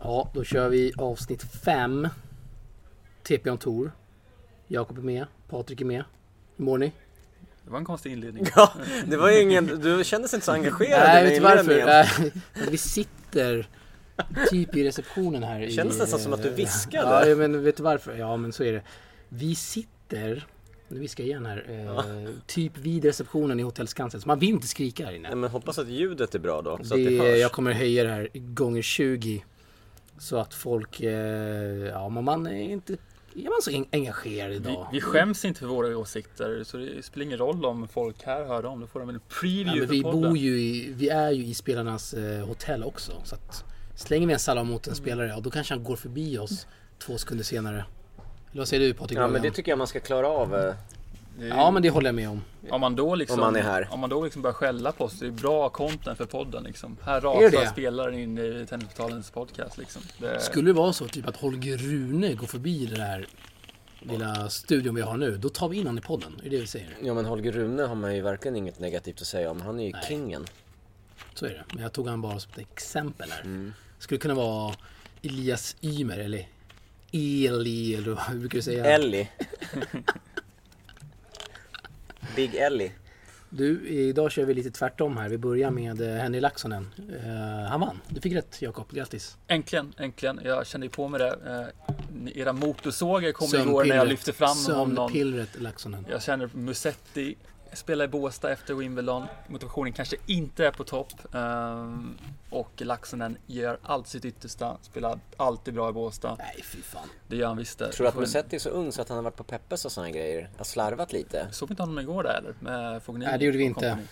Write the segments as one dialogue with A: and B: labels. A: Ja, då kör vi avsnitt 5. TP on Tour. Jakob är med. Patrik är med. Hur mår ni?
B: Det var en konstig inledning.
C: Ja, det var ju ingen, du kändes inte så engagerad
A: Nej,
C: i
A: vet du varför?
C: inledningen.
A: Nej, vi sitter typ i receptionen här.
C: Det kändes
A: i-
C: nästan som att du
A: Ja,
C: viskade.
A: ja, men vet du varför? Ja, men så är det. Vi sitter, nu viskar jag igen här, eh, typ vid receptionen i Hotell Skansen. Så man vill inte skrika här inne.
C: Nej, men hoppas att ljudet är bra då, så att det
A: Det,
C: hörs.
A: jag kommer höja det här gånger 20. Så att folk, eh, ja men man är inte, är man så en- engagerad
B: Vi,
A: idag?
B: vi skäms inte för våra åsikter så det spelar ingen roll om folk här hör dem. Då får de en preview
A: ja, men
B: för
A: vi
B: podden.
A: bor ju i, vi är ju i spelarnas eh, hotell också. Så att slänger vi en salam
B: Mm.
A: mot en spelare, ja, då kanske han går förbi oss två sekunder senare. Eller vad säger du Patrik?
C: Ja, men
A: Lagan?
C: det tycker jag man ska klara av. eh.
B: Det är-
A: ja men det håller jag med om.
B: Om man då liksom,
C: Om man är här.
B: Om man då liksom börjar skälla på oss, det är bra content för podden liksom. Här
A: Är det?
B: rasar spelaren in i Tennisportalens podcast liksom. Det,
A: Skulle det vara så typ att Holger Rune går förbi den här lilla studion vi har nu, då tar vi in honom i podden. Det är det vi säger.
C: Ja, men Holger Rune har man ju verkligen inget negativt att säga om. Han är ju kingen.
A: Så är det. Men jag tog han bara som ett exempel här. Skulle kunna vara Elias Ymer eller Eli eller vad brukar du säga?
C: Ellie. Big Ellie.
A: Du, idag kör vi lite tvärtom här. Vi börjar med eh, Henry Laxonen. Eh, han vann. Du fick rätt Jakob. Grattis.
B: Äntligen, äntligen. Jag kände ju på mig det. Eh, era motorsågar kom igår när jag
A: Sömnpillret.
B: lyfte fram honom.
A: Sömnpillret Laxonen.
B: Jag känner Musetti spelar i Båstad efter Wimbledon. Motivationen kanske inte är på topp. Ehm, och Laxonen gör allt sitt yttersta. Spelar alltid bra i Båstad.
A: Nej, fy fan.
B: Det gör han visst. det.
C: Tror du att
B: Får en-
C: Musetti är så ung så att han har varit på Peppes och såna här grejer? Har slarvat lite?
B: Såg vi inte honom igår där eller? Med Fognini
A: Nej, det gjorde vi
B: och
A: inte.
B: kompani.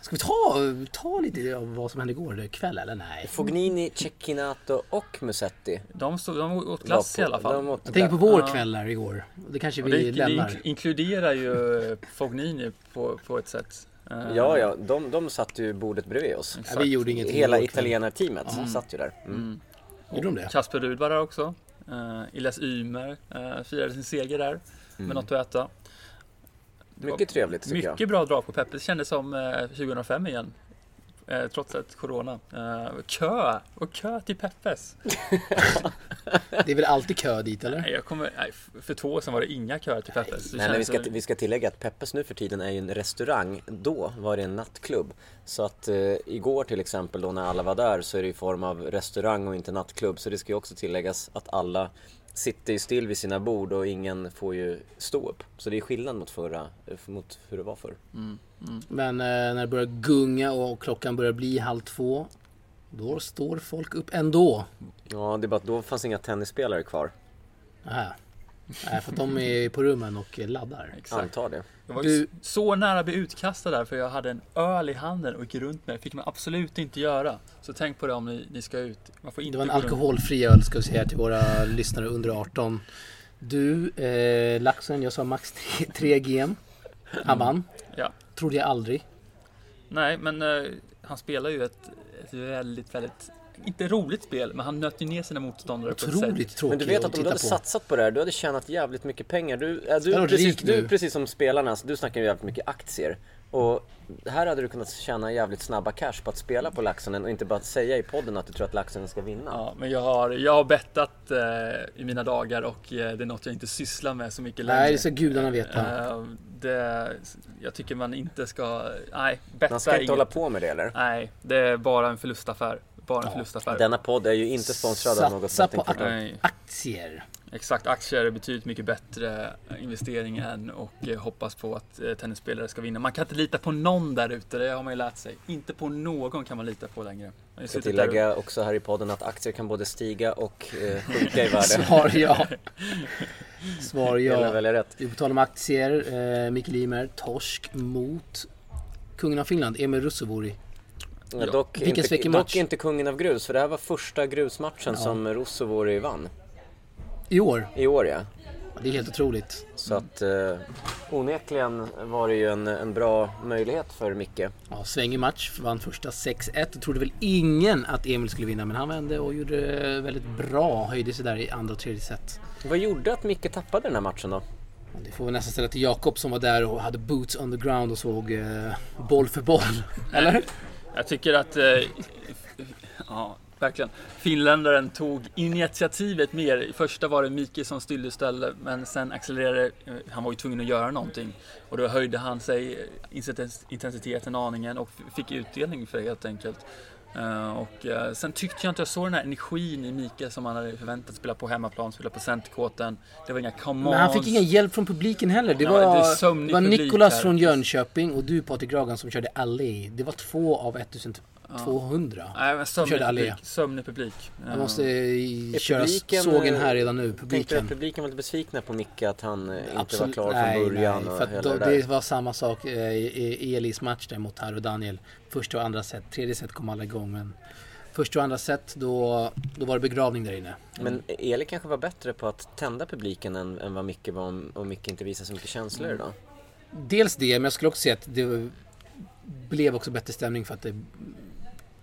A: Ska vi ta, ta lite av vad som hände igår eh, kväll eller? Nej.
C: Fognini, Cecchinato och Musetti.
B: De, stod, de åt glass i alla fall.
C: De åt
A: Jag tänker på
C: glass.
A: vår kväll här igår. Det kanske
B: Och
A: vi
B: det, det
A: lämnar.
B: ink- inkluderar ju Fognini på, på ett sätt. Ehm,
C: Ja, ja, de, de satt ju bordet bredvid oss.
A: Ja, vi gjorde ingenting
C: Hela
A: igår kväll.
C: italienarteamet satt ju där. Mm.
A: Gjorde de det?
B: Kasper Ruud var där också. Uh, Elias Ymer eh, firade sin seger där med något att äta.
C: Mm. Mycket trevligt tycker jag.
B: Mycket bra drag på Peppe. Det kändes som eh, 2005 igen. Eh, trots att Corona. Eh, kö! Och kö till Peppes.
C: Mm.
A: Det är väl alltid kö dit eller?
B: Nej, jag kommer, nej, f- för två år sedan var det inga köer till Peppes. Det
C: Nej, men vi
B: kändes
C: ska,
B: som-
C: vi ska tillägga att Peppes nu för tiden är ju en restaurang. Då var det en nattklubb. Så att eh, igår till exempel då när alla var där så är det i form av restaurang och inte nattklubb. Så det ska ju också tilläggas att alla sitter ju still vid sina bord och ingen får ju stå upp. Så det är skillnad mot, förra, eh, mot hur det var förr.
A: Men eh, när det börjar gunga och klockan börjar bli halv två. Då står folk upp ändå.
C: Ja, det är bara att då fanns inga tennisspelare kvar.
A: Aha. Nej, för att de är på rummen och laddar.
B: Exakt.
C: Antar det.
B: Jag var
A: Du-
B: ju s- så nära att bli utkastad där för jag hade en öl i handen och gick runt med. Det fick man absolut inte göra. Så tänk på det om ni, ni ska ut. Man får
A: Det
B: inte
A: var en
B: gå runt.
A: alkoholfri öl ska vi säga till våra lyssnare under 18. Du, eh, Laxen, jag sa max 3, 3 GM. Han vann.
B: Mm. Ja.
A: Trodde jag aldrig.
B: Nej, men eh, han spelar ju ett, ett väldigt, väldigt, inte roligt spel, men han nöter ju ner sina motståndare på ett sätt.
A: Otroligt
C: Men
A: tråkigt
C: du vet
A: att
C: att om du
A: titta
C: hade
A: på.
C: satsat på det här, du hade tjänat jävligt mycket pengar. Du, äh,
A: Jag
C: du,
A: är rik
C: precis,
A: nu.
C: du precis som spelarna, så du snackar ju jävligt mycket aktier. Och här hade du kunnat tjäna jävligt snabba cash på att spela på Laxonen och inte bara säga i podden att du tror att Laxonen ska vinna.
B: Ja, men jag har, jag har bettat eh, i mina dagar och eh, det är något jag inte sysslar med så mycket längre.
A: Nej, det ska gudarna veta.
B: Eh, det, jag tycker man inte ska, nej, betta
C: Man ska inte
B: inget.
C: hålla på med det eller?
B: Nej, det är bara en förlustaffär. Bara en förlustaffär.
C: Denna podd är ju inte sponsrad av något
A: Satsa på
C: bettingföretag.
B: Nej,
A: aktier.
B: exakt. Aktier är betydligt mycket bättre investering än och eh, hoppas på att eh, tennisspelare ska vinna. Man kan inte lita på någon där ute, det har man ju lärt sig. Inte på någon kan man lita på längre. Jag har
C: Ska
B: suttit där
C: tillägga också här i podden att aktier kan både stiga och eh, sjunka i värde.
A: Svar ja. Svar
C: Eller
A: ja.
C: väljer rätt.
A: Vi på tal om aktier, eh, Mikael Ymer, torsk mot kungen av Finland, Emil Russovori.
C: Ja, Eh, dock,
A: Vilken
C: inte,
A: sväckig
C: dock
A: match.
C: inte kungen av grus, för det här var första grusmatchen som Rosovori vann.
A: I år.
C: I år ja.
A: Det är helt otroligt.
C: Så att eh, onekligen var det ju en, en bra möjlighet för Micke.
A: Ja, svängig match, vann första 6-1. Trodde väl ingen att Emil skulle vinna, men han vände och gjorde det väldigt bra. Höjde sig där i andra och tredje set.
C: Vad gjorde att Micke tappade den här matchen då?
A: Ja, Det får vi nästan ställa till Jakob som var där och hade boots on the ground och såg eh, boll för boll. Eller?
B: Jag tycker att... Eh, ja, Verkligen. Finländaren tog initiativet mer. I Första var det Miki som styrde ställe men sen accelererade eh, Han var ju tvungen att göra någonting. Och då höjde han sig eh, intensiteten aningen och fick utdelning för det helt enkelt. Eh, Och sen tyckte jag inte jag såg den här energin i Mika som han hade förväntat spela på hemmaplan, spela på centerkåten. Det var inga come
A: Men han fick ingen hjälp från publiken heller. Det
B: Ja,
A: var,
B: det är
A: det
B: sömnig
A: var
B: publik
A: Nicolas
B: här.
A: från Jönköping och du Patrik Ragan som körde Allé. Det var två av 1200.
B: Nej, men sömnig
A: Körde
B: publik.
A: Allé.
B: Sömnig publik.
A: Jag måste eh,
C: Är
A: köra
C: publiken,
A: sågen
C: eh,
A: här redan nu.
C: Tänker du att
A: Publiken.
C: publiken var lite besvikna på Micke att han eh, inte var
A: Absolut.
C: klar
A: nej,
C: från början?
A: Nej,
C: och
A: för att
C: hela
A: då,
C: det där?
A: det var samma sak eh, i i Elis match där mot Harry och Daniel. Första och andra set. Tredje set kom alla igång men första och andra set då, då var det begravning där inne.
C: Men Eli kanske var bättre på att tända publiken än, än vad Micke var om, om Micke inte visade så mycket känslor idag.
A: Dels det, men jag skulle också säga att det blev också bättre stämning för att det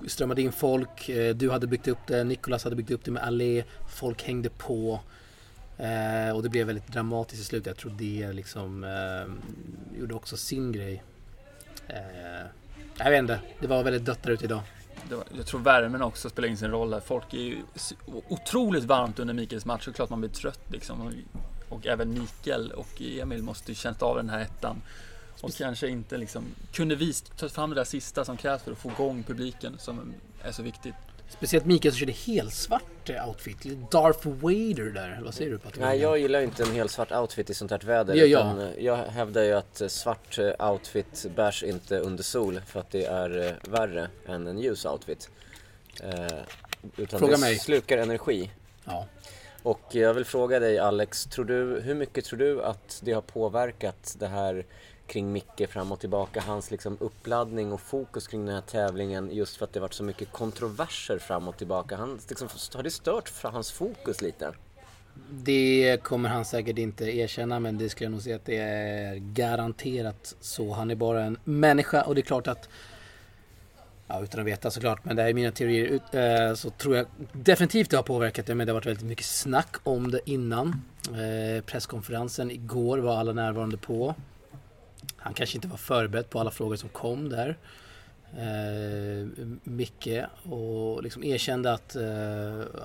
A: strömmade in folk. Eh, Du hade byggt upp det, Nicolas hade byggt upp det med Allé. Folk hängde på. Eh, Och det blev väldigt dramatiskt i slutet. Jag tror det liksom eh, gjorde också sin grej. Eh, Jag vet inte, det var väldigt dött där ute idag.
B: Det var, jag tror värmen också spelar in sin roll där. Folk är ju s- otroligt varmt under Mikaels match. Såklart man blir trött liksom. Och- Och även Mikael och Emil måste ju känt av den här ettan. Och kanske inte liksom kunde visa, ta fram det där sista som krävs för att få igång publiken som är så viktigt.
A: Speciellt Mikael som körde helt svart eh, outfit. Lite Darth Vader där. Eller Vad säger du Patrik?
C: Nej, jag gillar ju inte en helt svart outfit i sånt här väder.
A: Det gör jag.
C: eh, jag hävdar ju att eh, svart eh, outfit bärs inte under sol för att det är eh, värre än en ljus outfit. Eh, utan
A: Fråga
C: det
A: mig.
C: slukar energi.
A: Ja.
C: Och jag vill fråga dig Alex, tror du, hur mycket tror du att det har påverkat det här kring Micke fram och tillbaka, hans liksom uppladdning och fokus kring den här tävlingen just för att det varit så mycket kontroverser fram och tillbaka. Han, liksom, har det stört fra- hans fokus lite?
A: Det kommer han säkert inte erkänna men det skulle jag nog säga att det är garanterat så. Han är bara en människa och det är klart att Ja, utan att veta såklart, men det här är mina teorier. Ut- eh, Så tror jag definitivt det har påverkat det, men det har varit väldigt mycket snack om det innan. Eh, Presskonferensen igår var alla närvarande på. Han kanske inte var förberedd på alla frågor som kom där. Eh, Micke och liksom erkände att eh,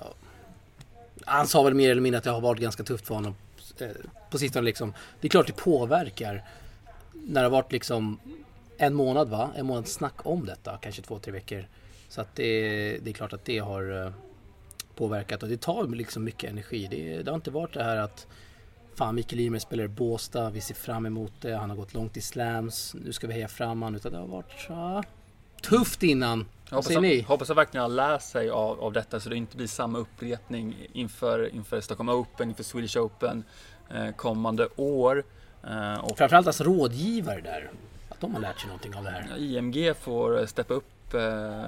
A: han sa väl mer eller mindre att det har varit ganska tufft för honom eh, på sistone liksom. Det är klart det påverkar när det har varit liksom en månad va? En månad snack om detta, kanske två, tre veckor. Så att det, det är klart att det har eh, påverkat och det tar liksom mycket energi. Det, det har inte varit det här att fan Mikael Ymer spelar i Båstad, vi ser fram emot det, han har gått långt i slams, nu ska vi heja fram han. Utan det har varit ja, tufft innan.
B: Jag
A: Vad
B: hoppas,
A: säger ni?
B: att, hoppas att verkligen har lärt sig av, av detta så det inte blir samma upprepning inför, inför Stockholm Open, inför Swedish Open eh, kommande år. Eh, och
A: Framförallt hans rådgivare där. Att de har lärt sig någonting av det här.
B: Ja, IMG får steppa upp, eh,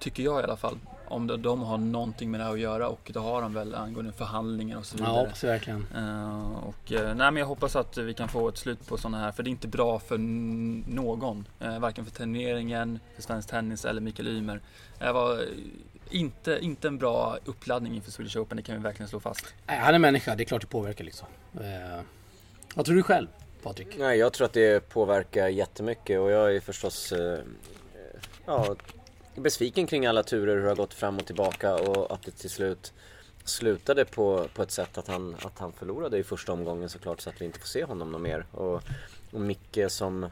B: tycker jag i alla fall. Om de, de har någonting med det här att göra och det har de väl angående förhandlingar och så
A: Ja,
B: vidare.
A: hoppas jag verkligen.
B: Eh, och, eh, nej, men jag hoppas att vi kan få ett slut på sådana här, för det är inte bra för n- någon. Eh, varken för turneringen, för svensk tennis eller Mikael Ymer. Det var eh, inte, inte en bra uppladdning inför Swedish Open, det kan vi verkligen slå fast.
A: Nej, han är människa, det är klart det påverkar liksom. Eh, vad tror du själv, Patrik?
C: Nej, jag tror att det påverkar jättemycket och jag är förstås eh, ja, besviken kring alla turer, hur det har gått fram och tillbaka och att det till slut slutade på, på ett sätt att han, att han förlorade i första omgången såklart så att vi inte får se honom något mer. Och, och Micke som,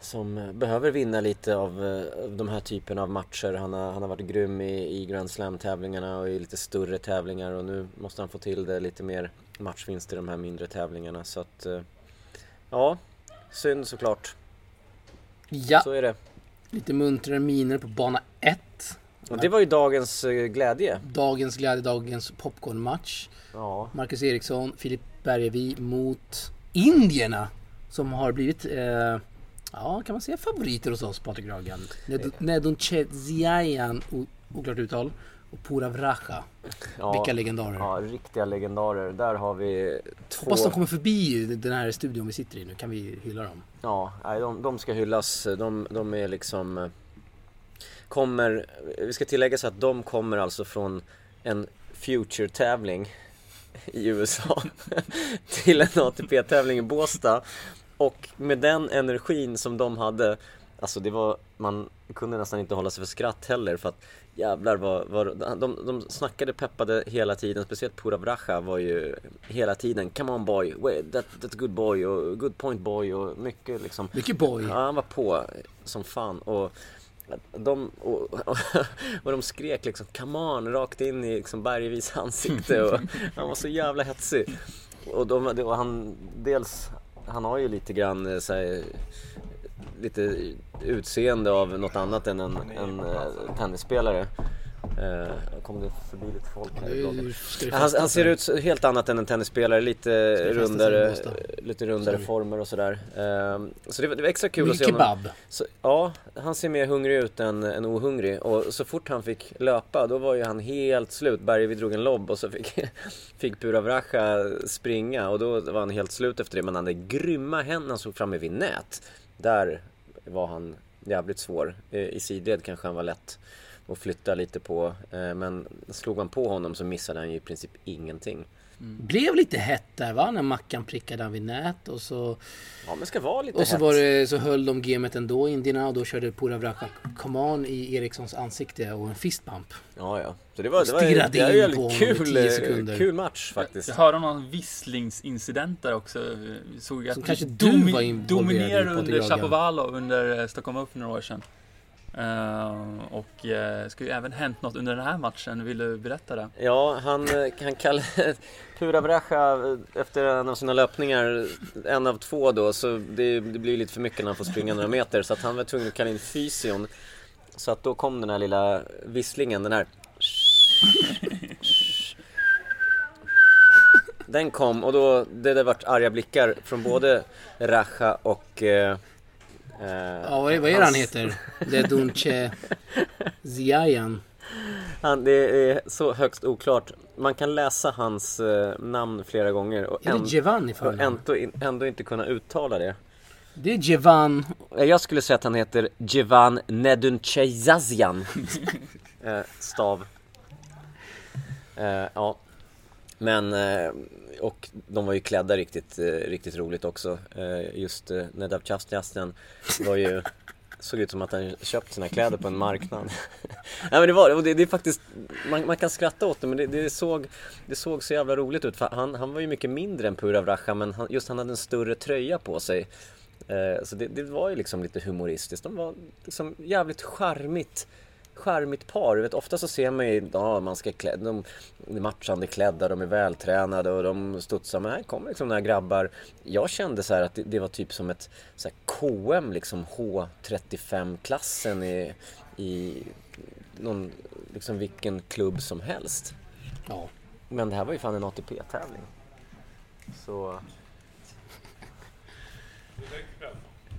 C: som behöver vinna lite av, eh, av de här typen av matcher. Han har, han har varit grym i, i Grand Slam-tävlingarna och i lite större tävlingar och nu måste han få till det lite mer matchvinster i de här mindre tävlingarna. Så att, eh, ja, synd såklart.
A: Ja,
C: Så är det.
A: lite muntrare miner på bana 1.
C: Och det var ju dagens eh, glädje.
A: Dagens glädje, dagens popcornmatch.
C: Ja.
A: Marcus Eriksson, Filip Bergevi mot Indierna. Som har blivit, eh, ja kan man säga favoriter hos oss Patrik Ragan. Ned- Nedunchedziajan, o- oklart uttal. Och Purav Raja.
C: ja.
A: Vilka legendarer.
C: Ja, riktiga legendarer. Där har vi två...
A: Hoppas de kommer förbi den här studion vi sitter i nu, kan vi hylla dem.
C: Ja, nej, de, de ska hyllas. De, de är liksom... eh, Kommer... Vi ska tillägga så att de kommer alltså från en Future-tävling i USA till en ATP-tävling i Båstad. Och med den energin som de hade Alltså det var, man kunde nästan inte hålla sig för skratt heller för att jävlar vad, vad de, de snackade peppade hela tiden, speciellt Puravracha var ju hela tiden Come on boy, wait, that, that's good boy och good point boy och mycket liksom
A: Mycket boy.
C: Ja, han var på som fan och de, och, och, och de skrek liksom come on rakt in i liksom Bergvis ansikte och han var så jävla hetsig. Och, de, och han, dels, han har ju lite grann eh, så här, lite utseende av något annat än en, en eh, tennisspelare. Eh, kom det förbi lite folk här? i bloggen?
A: Nu ska det
C: Han,
A: festa
C: han ser
A: sig.
C: ut så- helt annat än en tennisspelare, lite
A: Ska vi festa sig i
C: rundare,
A: Båstad?
C: lite rundare
A: Sorry.
C: former och sådär. Ehm, Så det var, det var extra kul
A: Ny
C: att se honom.
A: kebab.
C: Så, ja, han ser mer hungrig ut än, än ohungrig och så fort han fick löpa då var ju han helt slut. Bergevi drog en lobb och så fick, fick Puravracha springa och då var han helt slut efter det. Men han hade grymma händer, han såg framme vid nät. Där var han jävligt svår. Eh, I sidled kanske han var lätt att flytta lite på. eh, Men slog man på honom så missade han ju i princip ingenting.
A: Blev lite hett där va, när Mackan prickade han vid nät och så...
C: Ja men ska vara lite
A: Och så,
C: hett.
A: var det, så höll de gamet ändå indierna och då körde Puravracha Come on i Erikssons ansikte och en fistbump.
C: Ja ja. Så det var, det var,
A: Stirrade
C: det var
A: in
C: en
A: på
C: jävligt
A: honom i
C: kul,
A: 10 sekunder.
C: eh, kul match faktiskt.
B: Jag hörde om någon visslingsincident där också. Vi Såg att
A: Som kanske du var involverad i,
B: dominerade under
A: Patrik Jagan.
B: Shapovalov under eh, Stockholm Open för några år sedan. Eh, och eh, ska ju även hänt något under den här matchen. Vill du berätta det?
C: Ja, han, eh, han kallade Pura Bracha eh, efter en av sina löpningar, en av två då, så det, det blir lite för mycket när han får springa några meter. Så att han var tvungen att kalla in fysion. Så att då kom den här lilla visslingen, den här Den kom och då, det där vart arga blickar från både Racha och... Eh, eh,
A: Ja, vad är, vad är det han
C: hans-
A: heter? Ledunche Ziayan.
C: Han, det är så högst oklart. Man kan läsa hans eh, namn flera gånger och,
A: Är det
C: änd-
A: Giovanni för
C: och ändå, ändå inte kunna uttala det.
A: Det är Givan.
C: Eh, Jag skulle säga att han heter Jevan Nedunchezazian. eh, stav. Eh, ja. Men, eh, och de var ju klädda riktigt, eh, riktigt roligt också. Eh, just eh, Nedavchastjastian var ju, såg ut som att han köpt sina kläder på en marknad. Nej men det var och det, det är faktiskt, man, man kan skratta åt det men det, det, såg, det såg så jävla roligt ut. För han, han var ju mycket mindre än Purav Racha men han, just han hade en större tröja på sig. Eh, Så det, det var ju liksom lite humoristiskt. De var liksom jävligt charmigt charmigt par. Du vet, ofta så ser man ju, ja, man ska klä, de är matchande klädda, de är vältränade och de studsar. Men här kommer liksom några grabbar. Jag kände så här att det, det var typ som ett så här KM, liksom H35-klassen i, i någon, liksom vilken klubb som helst.
A: Ja.
C: Men det här var ju fan en ATP-tävling. Så...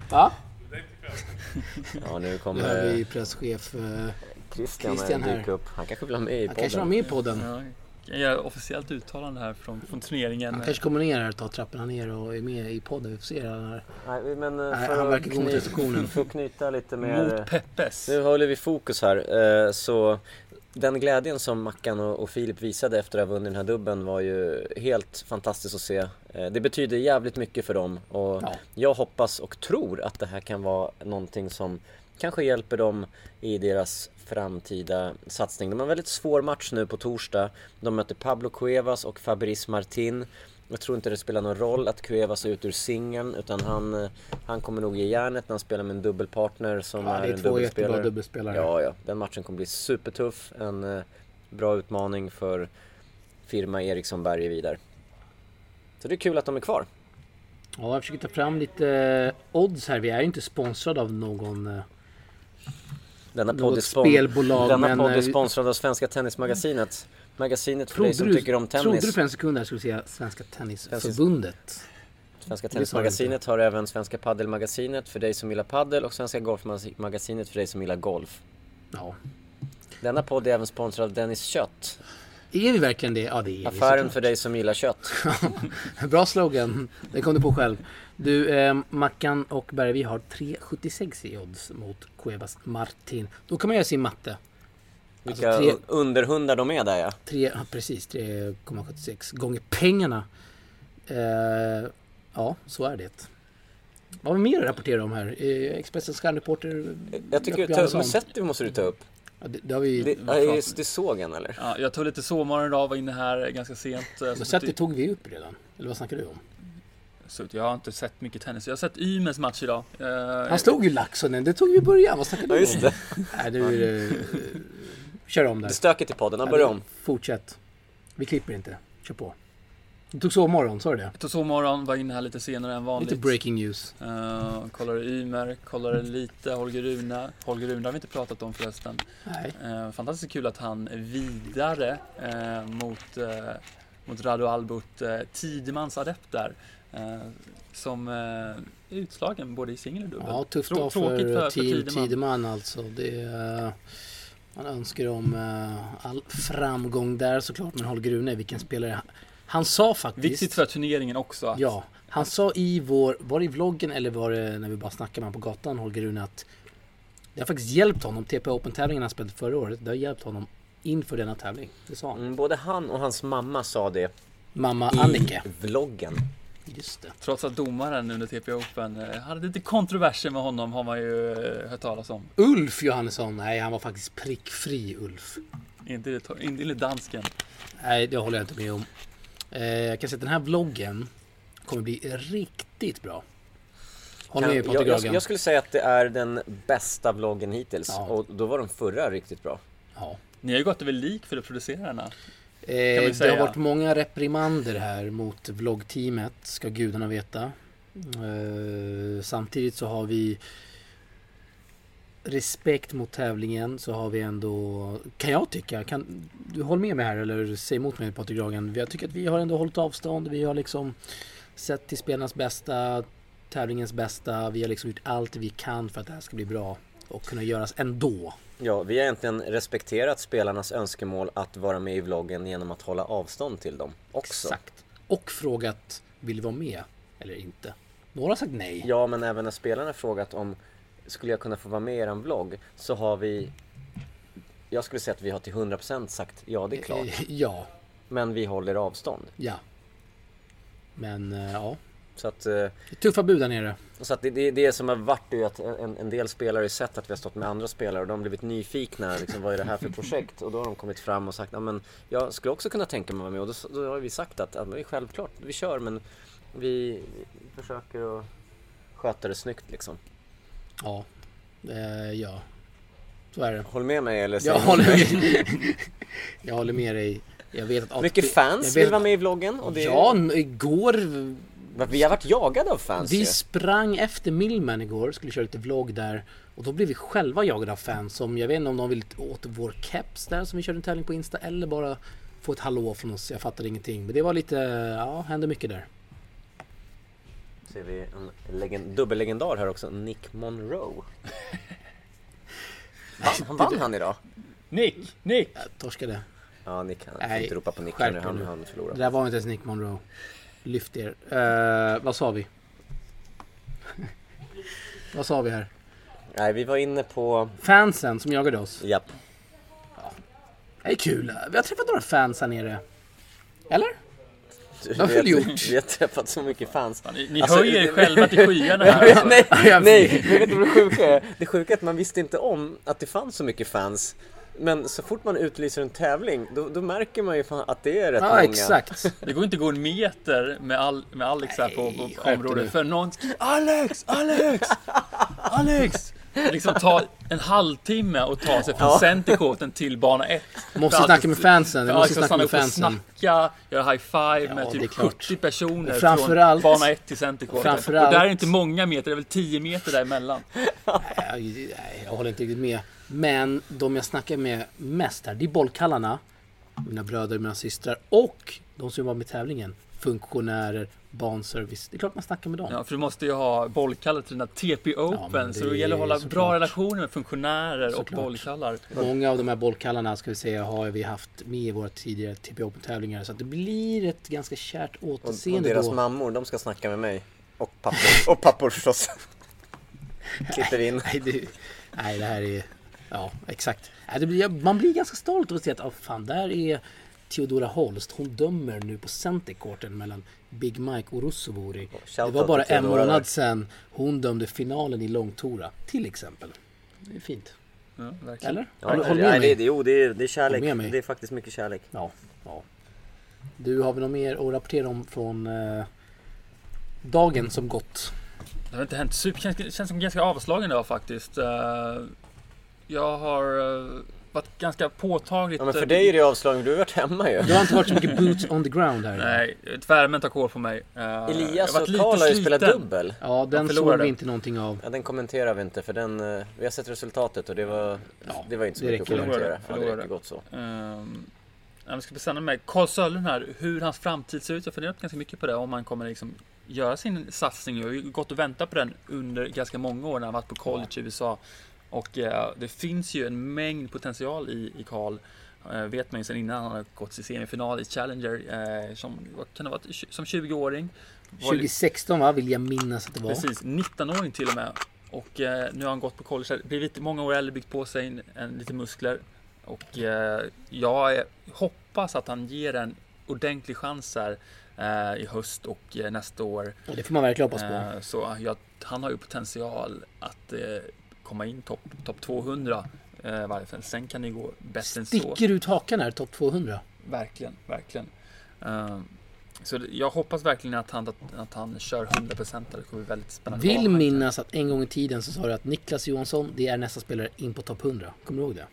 A: Va?
C: Ja, nu
A: Nu hör
C: kommer
A: vi presschef. eh,
C: Christian,
A: Christian
C: Christian
A: här.
C: dyka upp. Han kanske vill ha med i
A: Han kanske
C: podden.
A: var med i podden.
B: Ja, jag gör officiellt uttalande här från, från turneringen.
A: Han
C: Mm.
A: kanske kommer ner här och tar trapporna ner och är med i podden. Vi får se den här.
C: Nej, men eh,
A: Nej,
C: för
A: han
C: att
A: verkar gå mot
C: kny-
A: restriktionen.
C: För att knyta lite mer...
B: Eh, Mot Peppes.
C: Nu håller vi fokus här. Eh, Så den glädjen som Mackan och och Filip visade efter att ha vunnit den här dubben var ju helt fantastisk att se. Eh, Det betyder jävligt mycket för dem och
A: Ja.
C: jag hoppas och tror att det här kan vara någonting som kanske hjälper dem i deras framtida satsning. De har en väldigt svår match nu på torsdag. De möter Pablo Cuevas och Fabrice Martin. Jag tror inte det spelar någon roll att Cuevas är ute ur singeln utan han, eh, han kommer nog ge järnet när han spelar med en dubbelpartner som
A: Ja,
C: är,
A: det är
C: en
A: två jättebra
C: dubbelspelare.
A: dubbelspelare.
C: Ja, ja. Den matchen kommer bli supertuff. En eh, bra utmaning för firma Eriksson Berge vidare. Så det är kul att de är kvar.
A: Ja, jag försöker ta fram lite eh, odds här. Vi är ju inte sponsrade av någon. eh,
C: Denna
A: Något
C: podd är spon-
A: spelbolag,
C: Denna
A: men,
C: podd är
A: eh,
C: sponsrad av Svenska Tennismagasinet. Magasinet för dig som tycker om
A: trodde du
C: tennis.
A: för en sekund att jag skulle säga Svenska Tennisförbundet?
C: Svenska
A: sa du inte.
C: Tennismagasinet har även Svenska Paddelmagasinet för dig som gillar paddel och Svenska Golfmagasinet för dig som gillar golf.
A: Ja.
C: Denna podd är även sponsrad av Dennis Kött.
A: Är vi verkligen det? Ja, det är Alltså, vi
C: Affären
A: såklart.
C: för dig som gillar kött.
A: Bra slogan. Det kom du på själv. Du, eh, Mackan och Bergvi har 3,76 i odds mot Cuevas Martin. Då kan man göra sin matte. Alltså,
C: Vilka
A: tre-
C: underhundar de är där ja.
A: 3, ja, precis, 3,76 gånger pengarna. Eh, ja, så är det. Vad har vi mer att rapportera om här? Eh, Expressens stjärnreporter
C: Jag tycker
A: Jakob
C: att
A: Jansson.
C: Musetti måste du ta upp.
A: Ja, det, det har vi
C: Det, ja, just det såg han eller?
B: Ja, jag tog lite sovmorgon idag, var inne här ganska sent.
C: alltså
B: eh,
A: Men
B: så
A: så att
B: att-
C: typ-
A: det tog vi upp redan. Eller vad snackar du om?
B: så att jag har inte sett mycket tennis. Jag har sett Ymens match idag. Eh,
A: Han slog ju Laxonen, det tog vi i början. Vad snackar du
C: Ja
A: om?
C: just det.
A: Nej, du... eh, kör om
C: Det
A: där.
C: är stökigt i podden, han börjar om.
A: Fortsätt. Vi klipper inte. Kör på. Du tog sovmorgon, sa du det?
B: Jag tog sovmorgon, var inne här lite senare än vanligt.
A: Lite breaking news.
B: Eh, kollade Ymer, kollade lite Holger Rune. Holger Rune har vi inte pratat om förresten.
A: Nej.
B: Eh, fantastiskt kul att han är vidare eh, mot, eh, mot Radu Albert eh, Tidemans adept där. Eh, som eh, är utslagen både i singel och dubbel.
A: Ja, tufft
B: Trå-
A: dag för,
B: tråkigt för- för
A: team
B: Tideman.
A: Tideman. alltså. Det, eh, man önskar om eh, all framgång där såklart. Men Holger Rune, vilken spelare. han- Han sa faktiskt...
B: Viktigt för turneringen också. Att,
A: Ja, han sa i vår, var det i vloggen eller var det när vi bara snackade med honom på gatan, Holger Rune, att det har faktiskt hjälpt honom, TP Open-tävlingen han spelade förra året, det har hjälpt honom inför denna tävling. Det sa han.
C: Mm, Både han och hans mamma sa det
A: Mamma
C: i
A: Annike.
C: vloggen.
A: Mm. Just det.
B: Trots att domaren under TP Open eh, hade lite kontroverser med honom har man ju eh, hört talas om.
A: Ulf Johannesson, nej han var faktiskt prickfri Ulf.
B: Inte enligt- inte enligt dansken.
A: Nej, det håller jag inte med om. Eh, jag kan säga att den här vloggen kommer bli riktigt bra. Håll med
C: jag, jag,
A: Patrik
C: jag skulle säga att det är den bästa vloggen hittills.
A: Ja.
C: Och då var den förra riktigt bra.
A: Ja.
B: Ni har ju gått över lik för producerarna. vi
A: Eh, det
B: säga.
A: har varit många reprimander här mot vloggteamet, ska gudarna veta. Eh, samtidigt så har vi respekt mot tävlingen så har vi ändå, kan jag tycka, kan, du håller med mig här eller säg emot mig Patrik Dragan. Jag tycker att vi har ändå hållit avstånd, vi har liksom sett till spelarnas bästa, tävlingens bästa, vi har liksom gjort allt vi kan för att det här ska bli bra och kunna göras ändå.
C: Ja, vi har egentligen respekterat spelarnas önskemål att vara med i vloggen genom att hålla avstånd till dem också.
A: Exakt. Och frågat, vill du vara med eller inte? Några har sagt nej.
C: Ja, men även när spelarna frågat om skulle jag kunna få vara med i en vlogg så har vi jag skulle säga att vi har till 100% sagt ja, det är klart.
A: Eh, Ja,
C: Men vi håller avstånd.
A: ja. Men eh, ja,
C: Så att, eh,
A: Det är tuffa bud där nere.
C: så att det, det, det som har varit är ju att en, en del spelare har ju sett att vi har stått med andra spelare och de har blivit nyfikna. Liksom, vad är det här för projekt? Och då har de kommit fram och sagt, "Ja, men jag skulle också kunna tänka mig att vara med. Och då, s- då har vi sagt att ja, men det är självklart, vi kör men vi, vi försöker att sköta det snyggt liksom.
A: Ja, eh, ja. Så är det.
C: Håll med mig eller?
A: Jag
C: säger-
A: håller med, jag håller med dig. Jag vet att ATP
C: Mycket
A: jag
C: fans
A: vet
C: vill vara med i vloggen och det...
A: Ja, n- igår.
C: Va, Vi har varit jagade av fans
A: Vi
C: ju.
A: sprang efter Millman igår, skulle köra lite vlogg där. Och då blev vi själva jagade av fans som, jag vet inte om de ville åt vår keps där som vi körde en tävling på Insta eller bara få ett hallå från oss. Jag fattade ingenting. Men det var lite, ja, hände mycket där.
C: Ser vi en legend, dubbellegendar här också, Nick Monroe. Vann, han vann han idag?
B: Nick! Nick!
A: Jag torskade.
C: Ja, Nick, han får
A: Nej,
C: inte ropa på Nick här
A: skärp
C: nu,
A: er
C: han,
A: nu.
C: han
A: Det
C: förlorar.
A: där var inte ens Nick Monroe. Lyft er. Eh, vad sa vi? vad sa vi här?
C: Nej, vi var inne på...
A: Fansen som jagade oss.
C: Japp.
A: Det är kul. Vi har träffat några fans här nere. Eller?
C: Du
A: har väl
C: vet,
A: gjort.
C: Vi har träffat så mycket fans.
B: Ni, ni
C: Alltså,
B: höjer er
C: det-
B: själva till skyarna här. Alltså.
C: Nej,
A: Jag-
C: nej, men vet du vad det sjuka är? Det sjuka är att man visste inte om att det fanns så mycket fans. Men så fort man utlyser en tävling, då, då märker man ju fan att det är rätt
A: Ja,
C: många.
A: exakt.
B: Det går inte att gå en meter med, all, med Alex här på,
A: Nej,
B: på
A: skärp dig
B: området.
A: nu.
B: För någon Alex! Alex! Alex! Liksom ta en halvtimme och ta sig från centercourten till bana 1.
A: Måste snacka med fansen. Vi
B: Ja,
A: måste snacka
B: liksom stanna
A: med
B: upp och
A: fansen.
B: snacka, göra high five
A: Ja,
B: med
A: det är
B: typ
A: klart.
B: 70 personer
A: Och framförallt-
B: från bana 1 till centercourten. Och
A: framförallt-
B: där är det inte många meter, det är väl 10 meter däremellan.
A: Nej, Äh, nej, jag håller inte riktigt med. Men de jag snackar med mest här, det är bollkallarna. Mina bröder, mina systrar och de som var med i tävlingen. Funktionärer, barnservice. Det är klart man snackar med dem.
B: Ja, för du måste ju ha bollkallar till dina TP Open,
A: men det
B: så det gäller att hålla
A: är
B: bra
A: såklart.
B: relationer med funktionärer
A: Såklart.
B: och bollkallar.
A: Många av de här bollkallarna ska vi säga har vi haft med i våra tidigare TP Open-tävlingar så att det blir ett ganska kärt
C: Och, och
A: återseende
C: deras
A: då.
C: mammor, de ska snacka med mig. Och pappor, och pappor förstås. Klipper in.
A: Nej det, nej, det här är... Ja, exakt. Nej, det blir, man blir ganska stolt över att se att oh, fan, där är Theodora Holst, hon dömer nu på centercourten mellan Big Mike och Russovori. Det
C: shoutout
A: var bara
C: till
A: en
C: Theodora.
A: månad sedan hon dömde finalen i Långtora, till exempel. Det är fint.
B: Ja, verkligen.
A: Eller?
C: Ja,
A: håll, håll
C: nej,
A: med
C: det,
A: mig.
C: det, jo, det är, det är
A: Håll med mig.
C: kärlek. Det är faktiskt mycket kärlek.
A: Ja, ja. Du, har vi något mer att rapportera om från eh, dagen som gått?
B: Det har inte hänt super. Känns, känns som ganska avslagen idag faktiskt. Eh, jag har eh, varit ganska påtagligt... eh,
C: Ja, men för dig är det avslagning, du har varit hemma ju.
A: Du har inte varit så mycket boots on the ground här.
B: Nej, tvärmen tar kål på mig. Eh, jag
C: Elias
B: varit
C: och
B: lite
C: Karl har ju spelat
B: sliten.
C: dubbel.
A: Ja, den såg
B: förlorade.
A: vi inte någonting av.
C: Ja, den kommenterar vi inte för den, eh, vi har sett resultatet och det var,
A: Ja,
C: det var inte så
A: det
C: mycket att
A: räcker.
C: kommentera. Ja, det
B: Förlorade.
C: räcker gott så.
B: Ehm, Jag ska bestämma mig. Carl Sörlund här, hur hans framtid ser ut. Jag har funderat ganska mycket på det. Om han kommer liksom göra sin satsning. Jag har ju gått och väntat på den under ganska många år när han varit på college i USA. Och eh, det finns ju en mängd potential i, i Carl. Eh, vet man ju sen innan han har gått till semifinal i Challenger. Eh, som, vad kan det ha varit, som 20-åring. Var-
A: 2016 va, vill jag minnas att det var.
B: Precis, 19-åring till och med. Och eh, nu har han gått på college, här, blivit många år äldre, byggt på sig en, en, lite muskler. Och eh, jag är, hoppas att han ger en ordentlig chans här eh, i höst och eh, nästa år.
A: Och det får man verkligen hoppas på.
B: Eh, så jag, han har ju potential att eh, komma in topp top 200 eh, varje fall. Sen kan det gå bättre än så.
A: Sticker ut hakan här, topp 200.
B: Verkligen, verkligen. Eh, så det- jag hoppas verkligen att han, att, att han kör 100% här. Det kommer bli väldigt spännande.
A: Vill
B: Ja,
A: minnas att en gång i tiden så sa du att Niklas Johansson, det är nästa spelare in på topp 100. Kommer du ihåg det?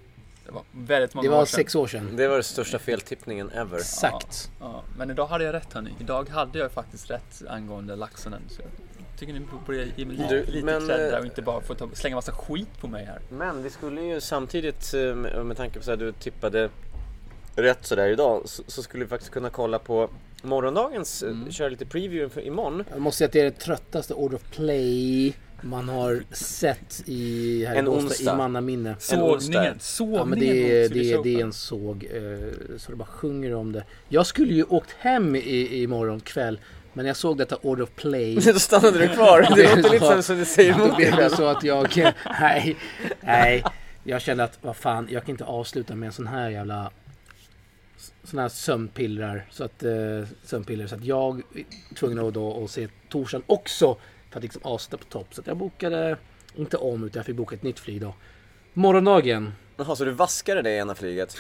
B: Det var väldigt många
A: Det var
B: år sedan.
A: sex år sedan.
C: Det var den största feltippningen ever.
A: Exakt.
B: Ja, men idag hade jag rätt hörni. Idag hade jag faktiskt rätt angående Laxonen. Så jag tycker ni borde ge mig lite,
C: Du,
B: lite
C: men,
B: cred där
C: eh,
B: och inte bara få ta, slänga massa skit på mig här.
C: Men vi skulle ju samtidigt, eh, med med tanke på att du tippade rätt sådär idag, så, så skulle vi faktiskt kunna kolla på morgondagens, eh, köra lite preview inför imorgon.
A: Jag måste säga att det är det tröttaste Order of Play man har sett i, här i
C: En
A: Båstad
C: onsdag.
A: i mannaminne.
C: onsdag.
B: Sågningen!
A: Ja men
B: Sågningen!
A: det är,
B: mot
A: det, är, det är
B: Swedish
A: en såg eh, så det bara sjunger om det. Jag skulle ju åkt hem i, imorgon kväll men jag såg detta Order of Play
C: Då stannade du kvar. Det låter lite som- som du säger
A: Då
C: emot dig
A: blev det
C: själv.
A: så att jag, nej, nej. Jag kände att vad fan, jag kan inte avsluta med en sån här jävla sån här sömnpillrar. Så att, eh, sömnpiller. Så att jag är tvungen att då att se torsdagen också för att liksom avsluta på topp. Så att jag bokade, inte om utan jag fick boka ett nytt flyg då. Morgondagen,
C: Jaha, så du vaskade dig i ena flyget?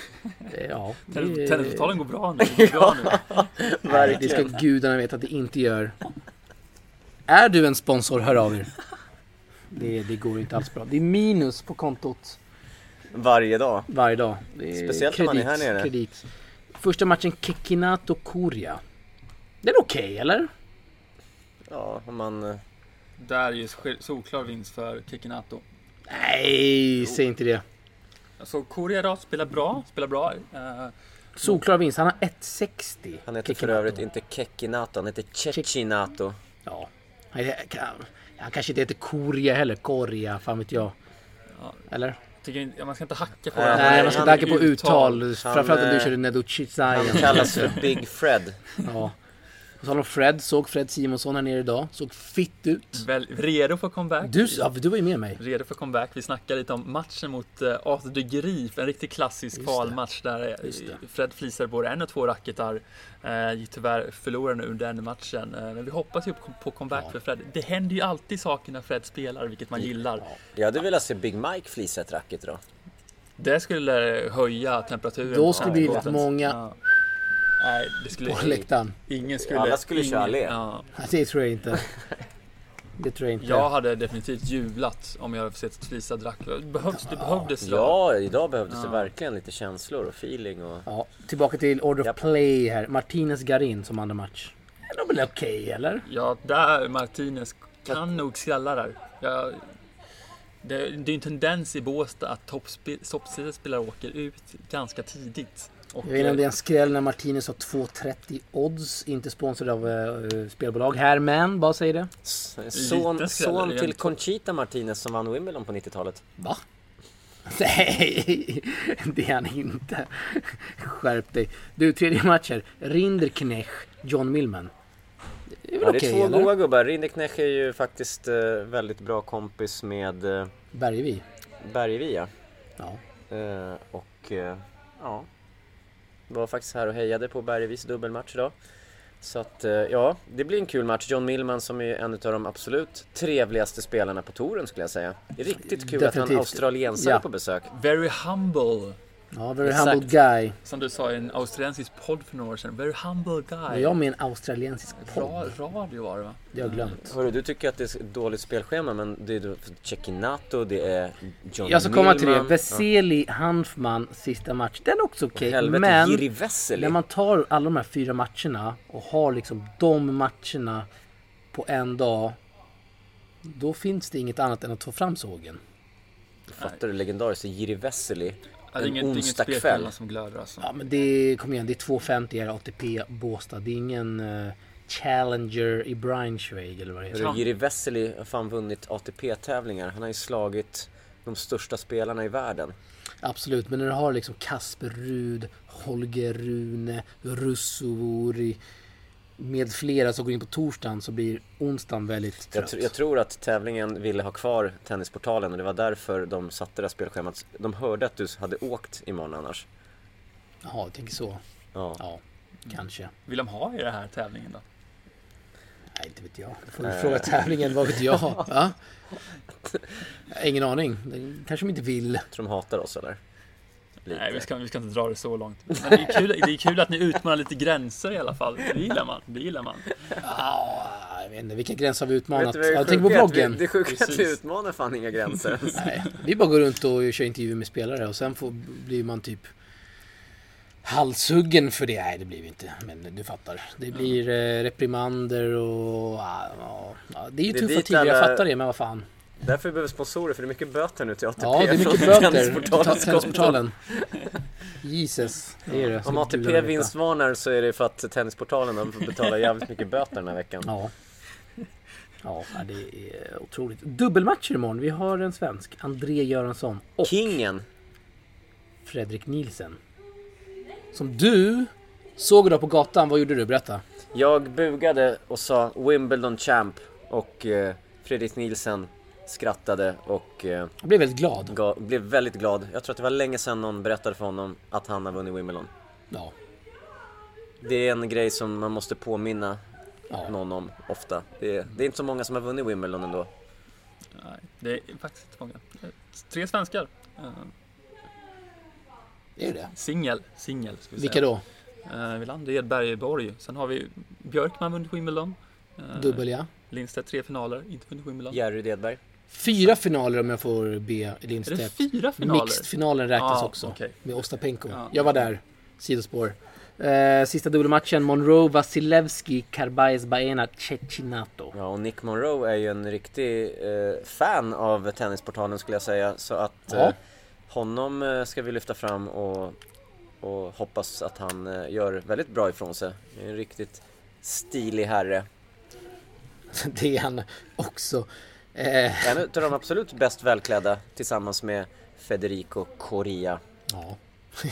A: eh, ja. det-
B: Tennis- Tennisavtalen går bra nu. Det går bra nu.
A: Nej, det ska gudarna veta att det inte gör. Är du en sponsor, hör av er. Det, det går inte alls bra. Det är minus på kontot.
C: Varje dag.
A: varje dag. Det är
C: Speciellt när man är här nere.
A: Kredit. Första matchen Kekinato Korea. Den är okej eller?
C: Ja, om man... eh,
B: Där är ju sk- solklar vinst för Kikinato.
A: Nej, säg inte det.
B: Jag såg Korea idag spela bra, spela bra. Eh,
A: Solklar vinst. Han har 1,60.
C: Han heter för
A: Kekinato.
C: övrigt inte Kekkinato, han heter Cecchinato.
A: Ja. Han, är- kan- han kanske inte heter Korea heller. Korea, fan vet jag.
B: Ja.
A: Eller?
B: tycker inte, man ska inte hacka på
C: Nej,
B: varandra.
A: Nej, man ska inte hacka på uttal.
C: Han,
A: Framförallt om du
C: eh,
A: körde Neduchi Zion.
C: Han kallas för Big Fred.
A: Ja. På tal om Fred, såg Fred Simonsson här nere idag. Såg fitt ut.
B: Väl, redo för comeback?
A: Du, ja, du var ju med mig.
B: Redo för comeback. Vi snackade lite om matchen mot eh, Arthur de Grief. En riktig klassisk
A: Just det.
B: kvalmatch där eh,
A: Just det.
B: Fred flisade både en och två racketar. Eh, gick tyvärr förlorade nu den matchen. Eh, men vi hoppas ju på- på comeback
A: Ja.
B: för Fred. Det händer ju alltid saker när Fred spelar, vilket man gillar.
A: Ja.
C: Jag hade velat se Big Mike flisa ett racket då.
B: Det skulle eh, höja temperaturen.
A: Då
B: på
A: skulle det bli
B: courten.
A: många-
B: Ja. Nej, det skulle...
A: På läktaren.
B: Ingen skulle...
C: Alla skulle köra
B: ingen-
C: le.
B: Ja.
A: Nej, Det tror jag inte. Det tror jag inte.
B: Jag hade definitivt jublat om jag hade sett ett flisad racket. Behövs, det behövdes då.
C: Ja, idag behövdes det verkligen lite känslor och feeling och...
A: Ja, tillbaka till Order of
C: Japp.
A: Play här. Martinez Garin som andra match. Det är väl okej eller?
B: Ja, där Martinez kan nog skrälla där. Jag, det, det är en tendens i Båstad att toppspe- toppsidespelare åker ut ganska tidigt. Och, eh,
A: Jag vet inte om det är en skräll när Martinez har 2.30 odds. Inte sponsrad av eh, spelbolag här men, vad säger det?
C: S- Son,
B: Lite skräll är
C: son
B: det
C: till
B: inte.
C: Conchita Martinez som vann Wimbledon på 90-talet.
A: Va? Nej, det är han inte. Skärp dig. Du, tredje matcher. Rinderknecht, John Millman. Det är väl
C: Ja, det är
A: okej
C: två
A: eller?
C: goa gubbar. Rindeknech är ju faktiskt eh, väldigt bra kompis med eh,
A: Bergevi.
C: Bergevi ja.
A: Ja.
C: Eh, och eh, ja, Var faktiskt här och hejade på Bergevis dubbelmatch idag. Så att, eh, ja, det blir en kul match. John Millman som är en av de absolut trevligaste spelarna på touren skulle jag säga. Det är riktigt kul att han
A: Definitivt.
C: australiensare
A: Ja.
C: på besök.
B: Very humble,
A: Ja, very
B: Exakt.
A: humble guy.
B: som du sa i en australiensisk podd för några år sedan. Very humble
A: Och
B: guy.
A: jag med en australiensisk podd.
B: Ra, radio var det va?
A: Det har jag glömt.
C: Hörru, du tycker att det är ett dåligt spelschema men det är då Cecchinato, det är John
A: Jag ska komma till det.
C: Millman.
A: Veseli, Hanfman, sista match. Den är också okej.
C: Helvete,
A: men
C: Jiri Vesely.
A: när man tar alla de här fyra matcherna och har liksom de matcherna på en dag. Då finns det inget annat än att få fram sågen.
C: Fattar du legendariskt? Jiri Vesely.
B: Ja, det är
C: En
B: Alltså, inget, det är inget
C: onsdagkväll.
B: spelschema som glöder alltså.
A: Ja men det, kom igen, det är 2,50 i ATP Båstad. Det är ingen eh, Challenger i Braunschweig eller vad det heter.
C: Hörru, Jiri Vesely har fan vunnit ATP-tävlingar. Han har ju slagit de största spelarna i världen.
A: Absolut, men när du har liksom Kasper Rud, Holger Rune, Russovori med flera som går in på torsdagen så blir onsdagen väldigt
C: Jag,
A: trött.
C: tr- jag tror att tävlingen ville ha kvar Tennisportalen och det var därför de satte det här spelschemat. De hörde att du hade åkt imorgon annars.
A: Jaha, jag tänker så.
C: Ja.
A: Ja, kanske.
B: Vill de ha i den här tävlingen då?
A: Nej, inte vet jag. Då får
C: Eh.
A: du fråga tävlingen, vad vet jag? Va? Ingen aning. Det kanske de inte vill.
C: Tror de hatar oss eller? Lite.
B: Nej, vi ska, vi ska inte dra det så långt. Men det, är kul, det är kul att ni utmanar lite gränser i alla fall. Det gillar man. Det gillar man.
A: Ah, jag vet inte, vilka gränser har vi
C: Vet
A: utmanat?
C: du vad det är
A: Jag tänker på
C: sjuka? Att
A: bloggen.
C: Vi, det är sjukt att vi
B: Precis.
C: utmanar fan inga gränser.
A: Nej, vi bara går runt och kör intervjuer med spelare och sen får, blir man typ halshuggen för det. Nej, det blir vi inte. Men du fattar. Det blir eh, reprimander och... ja, ja, ja, det är ju
C: Det är
A: tuffa
C: dit
A: tider, jag
C: alla-
A: fattar det, men vad fan.
C: Därför behöver vi sponsorer för det är mycket böter nu till ATP.
A: Ja, det är mycket
C: från
A: böter. Ta
C: Tennisportalens konto.
A: Tennisportalen. Jesus, det är det.
C: Om
A: som gudarna
C: ATP
A: vet.
C: vinstvarnar så är det för att Tennisportalen har fått betala jävligt mycket böter den här veckan.
A: Ja. Ja, ja, det är otroligt. Dubbelmatcher imorgon. Vi har en svensk, André Göransson och
C: Kingen!
A: Fredrik Nielsen. Som du såg idag på gatan. Vad gjorde du? Berätta.
C: Jag bugade och sa Wimbledon champ och eh, Fredrik Nielsen skrattade och eh,
A: Jag blev väldigt glad.
C: ga- blev väldigt glad. Jag tror att det var länge sedan någon berättade för honom att han har vunnit Wimbledon.
A: Ja.
C: Det är en grej som man måste påminna
A: Ja.
C: någon om ofta. Det är, det är inte så många som har vunnit Wimbledon ändå.
B: Nej, det är faktiskt inte många. Tre svenskar. Eh,
A: Det är det.
B: Singel, singel ska vi
A: Vilka
B: säga.
A: då?
B: Eh, Wilander, Bergeborg. Sen har vi Björkman vunnit Wimbledon. Eh,
A: Dubbel ja.
B: Lindstedt tre finaler, inte vunnit Wimbledon.
C: Jerry Dedberg.
A: Fyra finaler om jag får be
B: Är det
A: Lindstedt.
B: fyra finaler?
A: Mixed-finalen räknas
B: Ah,
A: också.
B: okej.
A: Med Ostapenko.
B: Ja.
A: Jag var där. Sidospår. Eh, sista dubbelmatchen. Monroe, Vasilevski, Karbaez, Baena, Cecchinato.
C: Ja, och Nick Monroe är ju en riktig eh, fan av Tennisportalen skulle jag säga. Så att
A: Ja.
C: eh, honom eh, ska vi lyfta fram och, och hoppas att han eh, gör väldigt bra ifrån sig. Det är En riktigt stilig herre.
A: Det är han också. Eh,
C: En av de absolut bäst välklädda tillsammans med Federico Coria.
A: ja. Ja,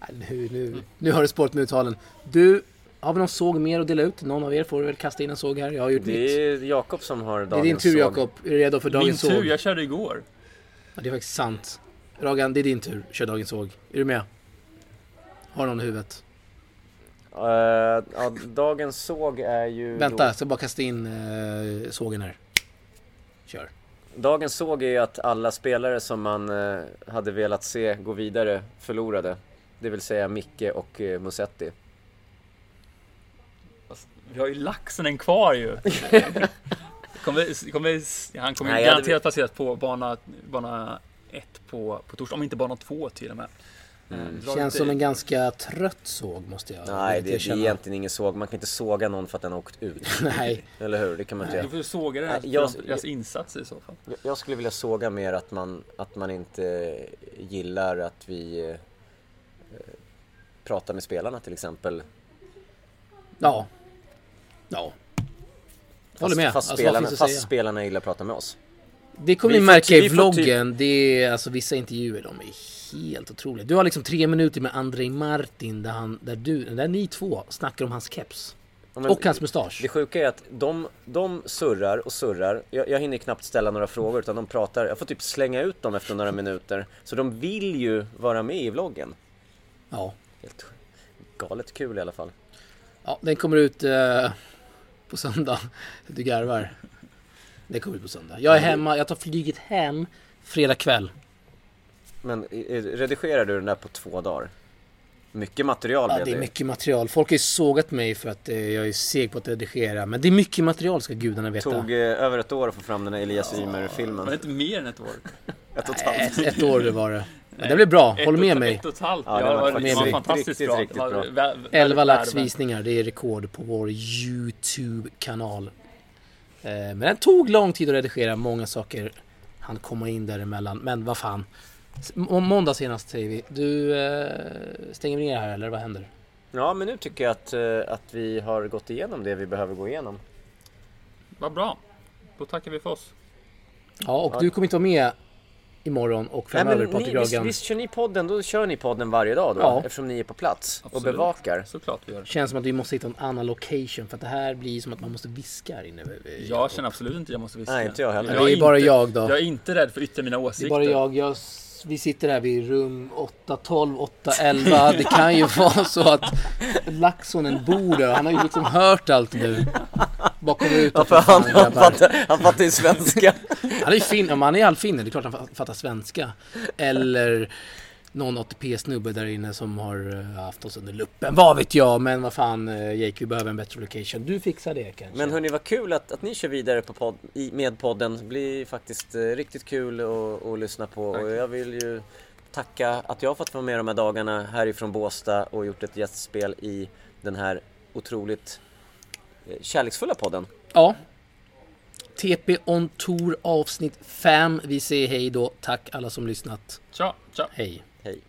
A: Äh, nu, nu, nu har du spårat med uttalen. Du, har vi någon såg mer att dela ut? Någon av er får väl kasta in en såg här. Jag har gjort
C: Det
A: mitt.
C: är Jakob som har dagens
A: Det är din tur
C: såg.
A: Jakob. Är du redo för
B: Min
A: dagens såg?
B: tur, jag körde igår.
A: Ja, det är faktiskt sant. Ragan, det är din tur. Kör dagens såg. Är du med? Har någon i huvudet?
C: Eh, ja, dagens såg är ju...
A: Vänta,
C: då-
A: jag ska bara kasta in eh, sågen här. Kör.
C: Dagens såg är ju att alla spelare som man eh, hade velat se gå vidare förlorade. Det vill säga Micke och eh, Musetti.
B: Fast Vi har ju laxen kvar ju. kommer, kommer, han kommer ju
C: Nej, jag hade-
B: garanterat placeras på bana, bana ett på, på torsdag, om inte bana två till och med. Eh, dra
A: Mm. Känns
B: lite-
A: som en ganska trött såg måste jag
C: Nej, det, det är
A: erkänna.
C: egentligen ingen såg. Man kan inte såga någon för att den har åkt ut.
A: Nej.
C: Eller hur? Det kan man inte
B: Du
C: göra.
B: får såga det här
C: Nej, jag-
B: för deras insatser i så fall.
C: Jag- Jag skulle vilja såga mer att man, att man inte eh, gillar att vi eh, eh, pratar med spelarna till exempel.
A: Ja. Ja. Håller med.
C: Fast,
A: Alltså, vad
C: spelarna,
A: finns att
C: fast
A: säga?
C: spelarna gillar att prata med oss.
A: Det kommer
C: Vi
A: ni
C: får
A: märka
C: ty-
A: i
C: vi får ty-
A: vloggen. Det är, alltså, vissa intervjuer de är helt otroliga. Du har liksom tre minuter med Andrei Martin där, han, där, du, där ni två snackar om hans keps.
C: Ja, men-
A: och hans mustasch.
C: Det sjuka är att de, de surrar och surrar. Jag, jag hinner knappt ställa några frågor utan de pratar. Jag får typ slänga ut dem efter några minuter. Så de vill ju vara med i vloggen.
A: Ja.
C: Helt galet kul i alla fall.
A: ja, den kommer ut eh, på söndag. Du garvar. Den kommer ut på söndag. Jag är hemma, jag tar flyget hem fredag kväll.
C: Men i- i- redigerar du den där på två dagar? Mycket material
A: Ja,
C: blev
A: det är
C: ju.
A: mycket material. Folk har ju sågat mig för att eh, jag är seg på att redigera. Men det är mycket material ska gudarna veta.
C: Tog eh, över ett år att få fram den här Elias
B: Var det
C: Ymer-filmen.
B: inte mer än ett år?
C: Ett och ett halvt.
A: Ett, ett år var det. Men det blev bra,
B: Ett
A: håll
B: och-
A: med mig.
B: Ett och ett halvt.
C: Ja,
B: Ja,
C: det
B: det
C: var
B: var, det var
C: faktiskt
B: fantastiskt
C: riktigt,
B: bra.
C: riktigt
B: Det var
C: bra.
B: vä- vä-
A: 11
B: väldigt
A: lax
B: värdevärt.
A: visningar, det är rekord på vår YouTube-kanal. Eh, Men den tog lång tid att redigera, många saker han komma in däremellan. Men vad fan. S- må- Måndag senast säger vi. Du eh, stänger vi ner här eller vad händer?
C: Ja, men nu tycker jag att, eh, att vi har gått igenom det vi behöver gå igenom.
B: Vad bra. Då tackar vi för oss.
A: Ja, och
C: Ja.
A: du kommer inte vara med imorgon och
C: Nej, men
A: framöver
C: ni,
A: Patrik
C: visst,
A: Ragan.
C: visst kör ni podden, då kör ni podden varje dag då?
A: Ja.
C: Eftersom ni är på plats
B: Absolut.
C: och bevakar.
B: Såklart vi gör.
A: Känns som att vi måste hitta en annan location för att det här blir som att man måste viska här inne.
B: Jag känner absolut inte jag måste viska.
C: Nej, inte jag heller.
A: det är
B: inte-
A: bara jag då.
B: Jag är inte rädd för att yttra mina
A: Det är
B: åsikter.
A: bara jag, jag. Vi sitter här vid rum 812, 811. Det kan ju vara så att Laxonen bor där. Han har ju liksom hört allt nu. Bara kommer ut och
C: För
A: fan,
C: han, han,
A: grabbar.
C: fattar, han fattar ju svenska.
A: Han är ju fin, om han är halvfinne, det är klart han fa- fattar svenska. Eller någon ATP-snubbe där inne som har eh, haft oss under luppen. Vad vet jag, men vad fan eh, Jake, vi behöver en bättre location. Du fixar det kanske.
C: Men hörni, vad kul att, att ni kör vidare på podd, i, med podden. Det blir faktiskt eh, riktigt kul att, att lyssna på. Och jag vill ju tacka att jag har fått vara med de här dagarna härifrån Båstad och gjort ett gästspel i den här otroligt eh, kärleksfulla podden.
A: Ja. TP on Tour avsnitt 5. Vi säger hej då. Tack alla som lyssnat.
B: Tja, tja.
A: Hej.
C: Hej!